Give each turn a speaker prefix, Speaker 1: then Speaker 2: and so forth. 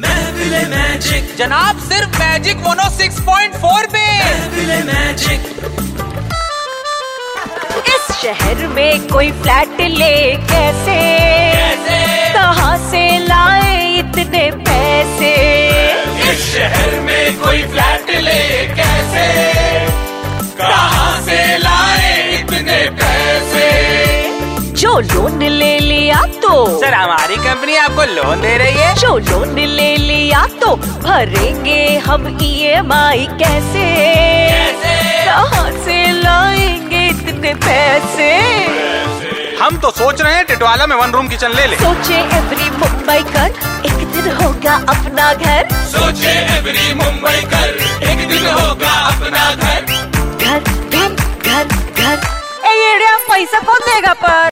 Speaker 1: महफिले magic
Speaker 2: जनाब सिर्फ magic mono 6.4 पे
Speaker 1: महफिले मैजिक
Speaker 3: इस शहर में कोई फ्लैट ले कैसे कहाँ से लाए इतने पैसे
Speaker 1: इस शहर में कोई फ्लैट ले कैसे कहाँ से लाए इतने पैसे
Speaker 3: जो लोन ले लिया तो
Speaker 2: सर हमारी कंपनी आपको लोन दे रही है
Speaker 3: जो लोन ले लिया तो भरेंगे हम ईएमआई कैसे कहाँ से लाएंगे इतने पैसे
Speaker 2: हम तो सोच रहे हैं टिटवाला में वन रूम किचन ले ले
Speaker 3: सोचे एवरी मुंबई कर एक दिन होगा अपना घर
Speaker 1: सोचे एवरी मुंबई कर एक दिन होगा अपना घर
Speaker 3: घर घर घर घर ए ये पैसा कौन देगा पर